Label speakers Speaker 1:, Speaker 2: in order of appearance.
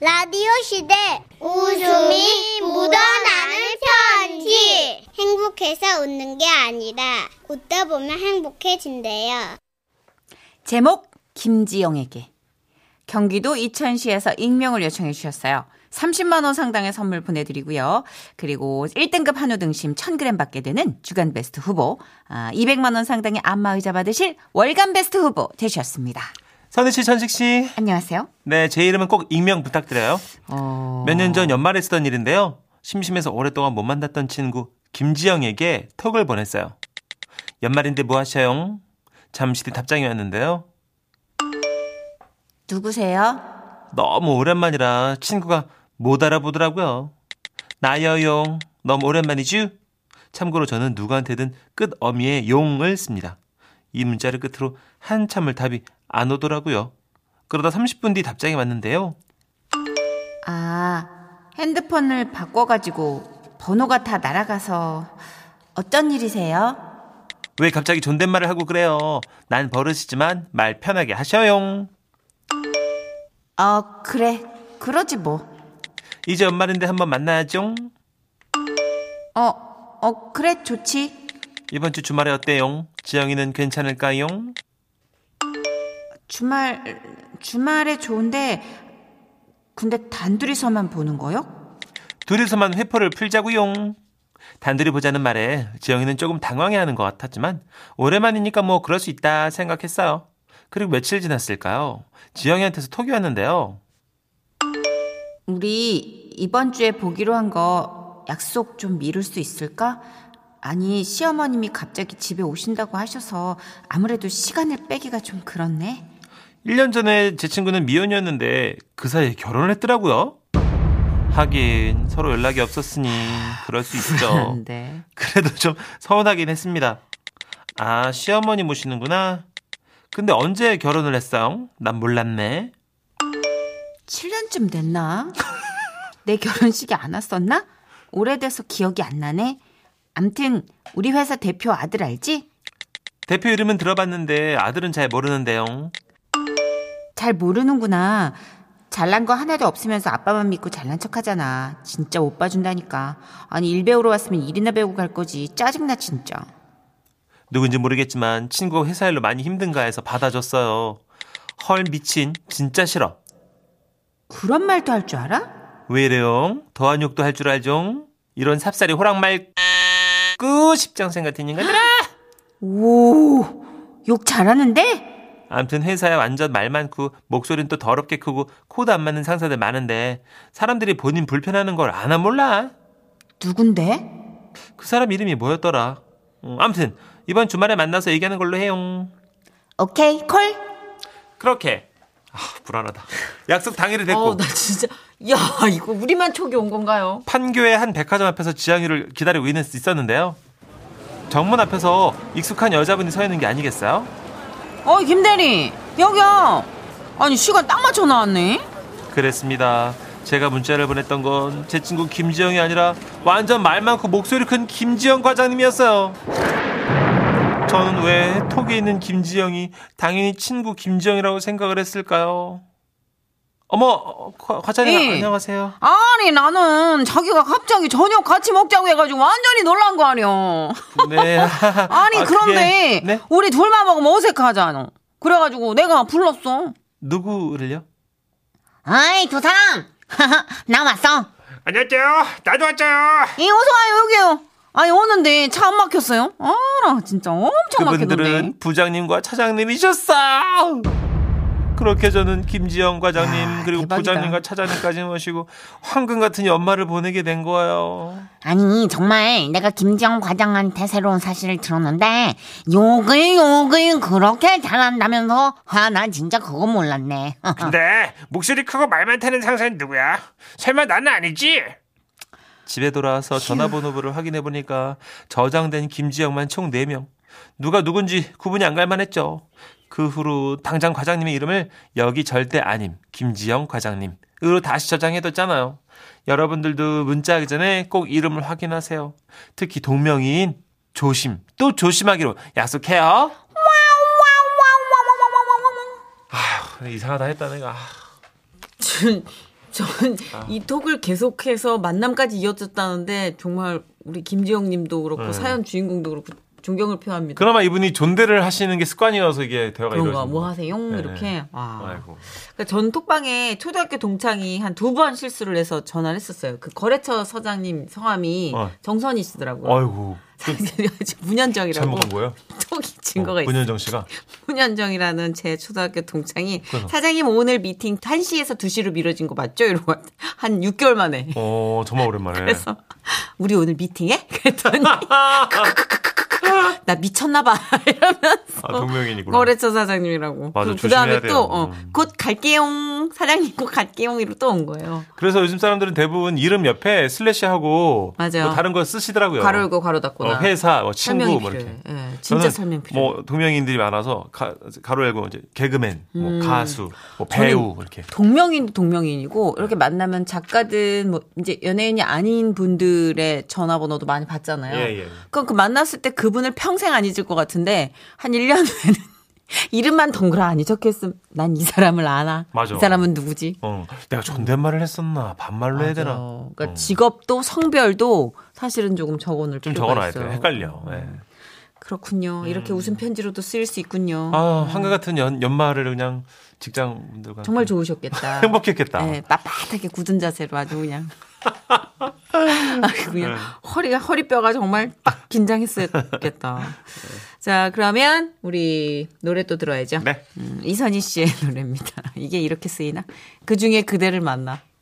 Speaker 1: 라디오 시대 웃음이 묻어나는 편지 행복해서 웃는 게 아니라 웃다 보면 행복해진대요.
Speaker 2: 제목 김지영에게 경기도 이천시에서 익명을 요청해 주셨어요. 30만 원 상당의 선물 보내드리고요. 그리고 1등급 한우 등심 1000g 받게 되는 주간 베스트 후보, 아, 200만 원 상당의 안마의자 받으실 월간 베스트 후보 되셨습니다.
Speaker 3: 선희 씨, 천식 씨.
Speaker 2: 안녕하세요.
Speaker 3: 네, 제 이름은 꼭 익명 부탁드려요.
Speaker 2: 어,
Speaker 3: 몇 년 전 연말에 쓰던 일인데요. 심심해서 오랫동안 못 만났던 친구 김지영에게 톡을 보냈어요. 연말인데 뭐 하셔요? 잠시 뒤 답장이 왔는데요.
Speaker 2: 누구세요?
Speaker 3: 너무 오랜만이라 친구가 못 알아보더라고요. 나여용. 너무 오랜만이죠? 참고로 저는 누구한테든 끝어미의 용을 씁니다. 이 문자를 끝으로 한참을 답이 안 오더라고요. 그러다 30분 뒤 답장이 왔는데요.
Speaker 2: 아, 핸드폰을 바꿔가지고 번호가 다 날아가서 어쩐 일이세요?
Speaker 3: 왜 갑자기 존댓말을 하고 그래요? 난 버릇이지만 말 편하게 하셔용.
Speaker 2: 어, 그래. 그러지 뭐.
Speaker 3: 이제 연말인데 한번 만나야죠.
Speaker 2: 어, 어, 그래, 좋지.
Speaker 3: 이번 주 주말에 어때요? 지영이는 괜찮을까요?
Speaker 2: 주말, 주말에 좋은데, 근데 단둘이서만 보는 거요?
Speaker 3: 둘이서만 회포를 풀자고요. 단둘이 보자는 말에 지영이는 조금 당황해하는 것 같았지만 오랜만이니까 뭐 그럴 수 있다 생각했어요. 그리고 며칠 지났을까요? 지영이한테서 톡이 왔는데요.
Speaker 2: 우리 이번 주에 보기로 한 거 약속 좀 미룰 수 있을까? 아니, 시어머님이 갑자기 집에 오신다고 하셔서 아무래도 시간을 빼기가 좀 그렇네.
Speaker 3: 1년 전에 제 친구는 미혼이었는데 그 사이에 결혼을 했더라고요. 하긴 서로 연락이 없었으니 그럴 수 있죠.
Speaker 2: 그런데.
Speaker 3: 그래도 좀 서운하긴 했습니다. 아, 시어머니 모시는구나. 근데 언제 결혼을 했어? 난 몰랐네.
Speaker 2: 7년쯤 됐나? 내 결혼식에 안 왔었나? 오래돼서 기억이 안 나네. 암튼, 우리 회사 대표 아들 알지?
Speaker 3: 대표 이름은 들어봤는데 아들은 잘 모르는데요.
Speaker 2: 잘 모르는구나. 잘난 거 하나도 없으면서 아빠만 믿고 잘난 척 하잖아. 진짜 못 봐준다니까. 아니, 일 배우러 왔으면 일이나 배우고 갈 거지. 짜증나, 진짜.
Speaker 3: 누군지 모르겠지만 친구가 회사 일로 많이 힘든가 해서 받아줬어요. 헐 미친 진짜 싫어.
Speaker 2: 그런 말도 할 줄 알아?
Speaker 3: 왜 이래요? 더한 욕도 할 줄 알죠? 이런 삽살이 호랑말 끄 십장생 같은 인간들아.
Speaker 2: 오, 욕 잘하는데?
Speaker 3: 암튼 회사에 완전 말 많고 목소리는 또 더럽게 크고 코도 안 맞는 상사들 많은데 사람들이 본인 불편하는 걸 아나 몰라.
Speaker 2: 누군데?
Speaker 3: 그 사람 이름이 뭐였더라. 음, 암튼 이번 주말에 만나서 얘기하는 걸로 해요.
Speaker 2: 오케이, 콜.
Speaker 3: 그렇게. 아 불안하다. 약속 당일이 됐고.
Speaker 2: 어, 나 진짜. 야, 이거 우리만 촉이 온 건가요?
Speaker 3: 판교의 한 백화점 앞에서 지향이를 기다리고 있는- 있었는데요. 정문 앞에서 익숙한 여자분이 서 있는 게 아니겠어요?
Speaker 2: 어이, 김대리. 여기야. 아니, 시간 딱 맞춰 나왔네.
Speaker 3: 그랬습니다. 제가 문자를 보냈던 건 제 친구 김지영이 아니라 완전 말 많고 목소리 큰 김지영 과장님이었어요. 저는 왜 톡에 있는 김지영이 당연히 친구 김지영이라고 생각을 했을까요? 어머, 어, 과- 과장님
Speaker 2: 예.
Speaker 3: 안녕하세요.
Speaker 2: 아니 나는 자기가 갑자기 저녁 같이 먹자고 해가지고 완전히 놀란 거 아니야.
Speaker 3: 네.
Speaker 2: 아니
Speaker 3: 아, 그게-
Speaker 2: 그런데
Speaker 3: 네?
Speaker 2: 우리 둘만 먹으면 어색하잖아. 그래가지고 내가 불렀어.
Speaker 3: 누구를요?
Speaker 2: 아이 두 사람 나 왔어.
Speaker 3: 안녕하세요. 나도 왔어요.
Speaker 2: 이 어서 와요 여기요. 아니 오는데 차 안 막혔어요? 아나 진짜 엄청 막혔는데.
Speaker 3: 그분들은 부장님과 차장님이셨어. 그렇게 저는 김지영 과장님
Speaker 2: 야,
Speaker 3: 그리고
Speaker 2: 아, 대박이다.
Speaker 3: 부장님과 차장님까지 모시고 황금 같은 연말을 보내게 된 거예요.
Speaker 4: 아니 정말 내가 김지영 과장한테 새로운 사실을 들었는데 욕을 욕을 그렇게 잘한다면서 아 나 진짜 그거 몰랐네
Speaker 5: 근데 목소리 크고 말 많다는 상사는 누구야? 설마 나는 아니지?
Speaker 3: 집에 돌아와서 전화번호부를 확인해 보니까 저장된 김지영만 총 4명. 누가 누군지 구분이 안 갈만 했죠. 그 후로 당장 과장님의 이름을 여기 절대 아님 김지영 과장님으로 다시 저장해뒀잖아요. 여러분들도 문자하기 전에 꼭 이름을 확인하세요. 특히 동명이인 조심 또 조심하기로 약속해요. 아휴 이상하다 했다 내가.
Speaker 2: 진-
Speaker 6: 저는
Speaker 3: 아.
Speaker 6: 이 톡을 계속해서 만남까지 이어졌다는데 정말 우리 김지영님도 그렇고
Speaker 3: 네.
Speaker 6: 사연 주인공도 그렇고 존경을 표합니다.
Speaker 3: 그나마 이분이 존대를 하시는 게 습관이라서 그러니까 이게 대화가
Speaker 6: 그런
Speaker 3: 이루어지는
Speaker 6: 거야. 뭐
Speaker 3: 거예요.
Speaker 6: 하세요?
Speaker 3: 네.
Speaker 6: 이렇게. 와.
Speaker 3: 아이고.
Speaker 6: 그러니까 전 톡방에 초등학교 동창이 한 두 번 실수를 해서 전화를 했었어요. 그 거래처 서장님 성함이
Speaker 3: 어.
Speaker 6: 정선이시더라고요.
Speaker 3: 아이고.
Speaker 6: 사실은 아주 문현정이라고
Speaker 3: 잘못한 거예요?
Speaker 6: 톡이 증거가
Speaker 3: 어,
Speaker 6: 있어요.
Speaker 3: 문현정 씨가
Speaker 6: 문현정이라는 제 초등학교 동창이
Speaker 3: 그래서?
Speaker 6: 사장님 오늘 미팅 1시에서 2시로 미뤄진 거 맞죠? 이러고 한 6개월 만에
Speaker 3: 어 정말 오랜만에
Speaker 6: 그래서 네. 우리 오늘 미팅해? 그랬더니 크크크크크크. 나 미쳤나 봐 이러면서
Speaker 3: 아, 동명이니구나.
Speaker 6: 거래처 사장님이라고
Speaker 3: 맞아,
Speaker 6: 그 다음에
Speaker 3: 조심해야 돼요.
Speaker 6: 또 곧 갈게용 사장님 곧 갈게용이로 또 온 거예요
Speaker 3: 그래서 요즘 사람들은 대부분 이름 옆에 슬래시하고
Speaker 6: 맞아요.
Speaker 3: 뭐 다른 거 쓰시더라고요.
Speaker 6: 괄호 열고 괄호
Speaker 3: 어,
Speaker 6: 닫고나
Speaker 3: 회사, 뭐 친구
Speaker 6: 설명이
Speaker 3: 뭐 이렇게.
Speaker 6: 필요해 예, 진짜
Speaker 3: 저는
Speaker 6: 설명 필요해
Speaker 3: 뭐 동명인들이 많아서 가, 가로 열고 이제 개그맨, 뭐
Speaker 6: 음.
Speaker 3: 가수, 뭐 배우 이렇게.
Speaker 6: 동명인도 동명인이고 이렇게 만나면 작가든 뭐 이제 연예인이 아닌 분들의 전화번호도 많이 받잖아요.
Speaker 3: 예, 예.
Speaker 6: 그럼 그 만났을 때 그분을 평생 안 잊을 것 같은데 한 1년 후에는 이름만 동그라니 적혔음. 난 이 사람을 아나.
Speaker 3: 맞아.
Speaker 6: 이 사람은 누구지?
Speaker 3: 어, 내가 존댓말을 했었나 반말로 해야 되나
Speaker 6: 어, 그러니까 직업도 성별도 사실은 조금 적어놓을
Speaker 3: 좀
Speaker 6: 필요가
Speaker 3: 적어놔야
Speaker 6: 있어요. 음.
Speaker 3: 돼. 헷갈려. 예.
Speaker 6: 그렇군요. 이렇게 웃음 편지로도 쓰일 수 있군요.
Speaker 3: 아 한가 같은 연 연말을 그냥 직장분들과
Speaker 6: 정말 좋으셨겠다.
Speaker 3: 행복했겠다.
Speaker 6: 네, 빳빳하게 굳은 자세로 아주 그냥. 아주 그냥
Speaker 3: 네.
Speaker 6: 허리가 허리뼈가 정말 빡 긴장했었겠다.
Speaker 3: 네.
Speaker 6: 자 그러면 우리 노래 또 들어야죠.
Speaker 3: 네.
Speaker 6: 음, 이선희 씨의 노래입니다. 이게 이렇게 쓰이나? 그 중에 그대를 만나.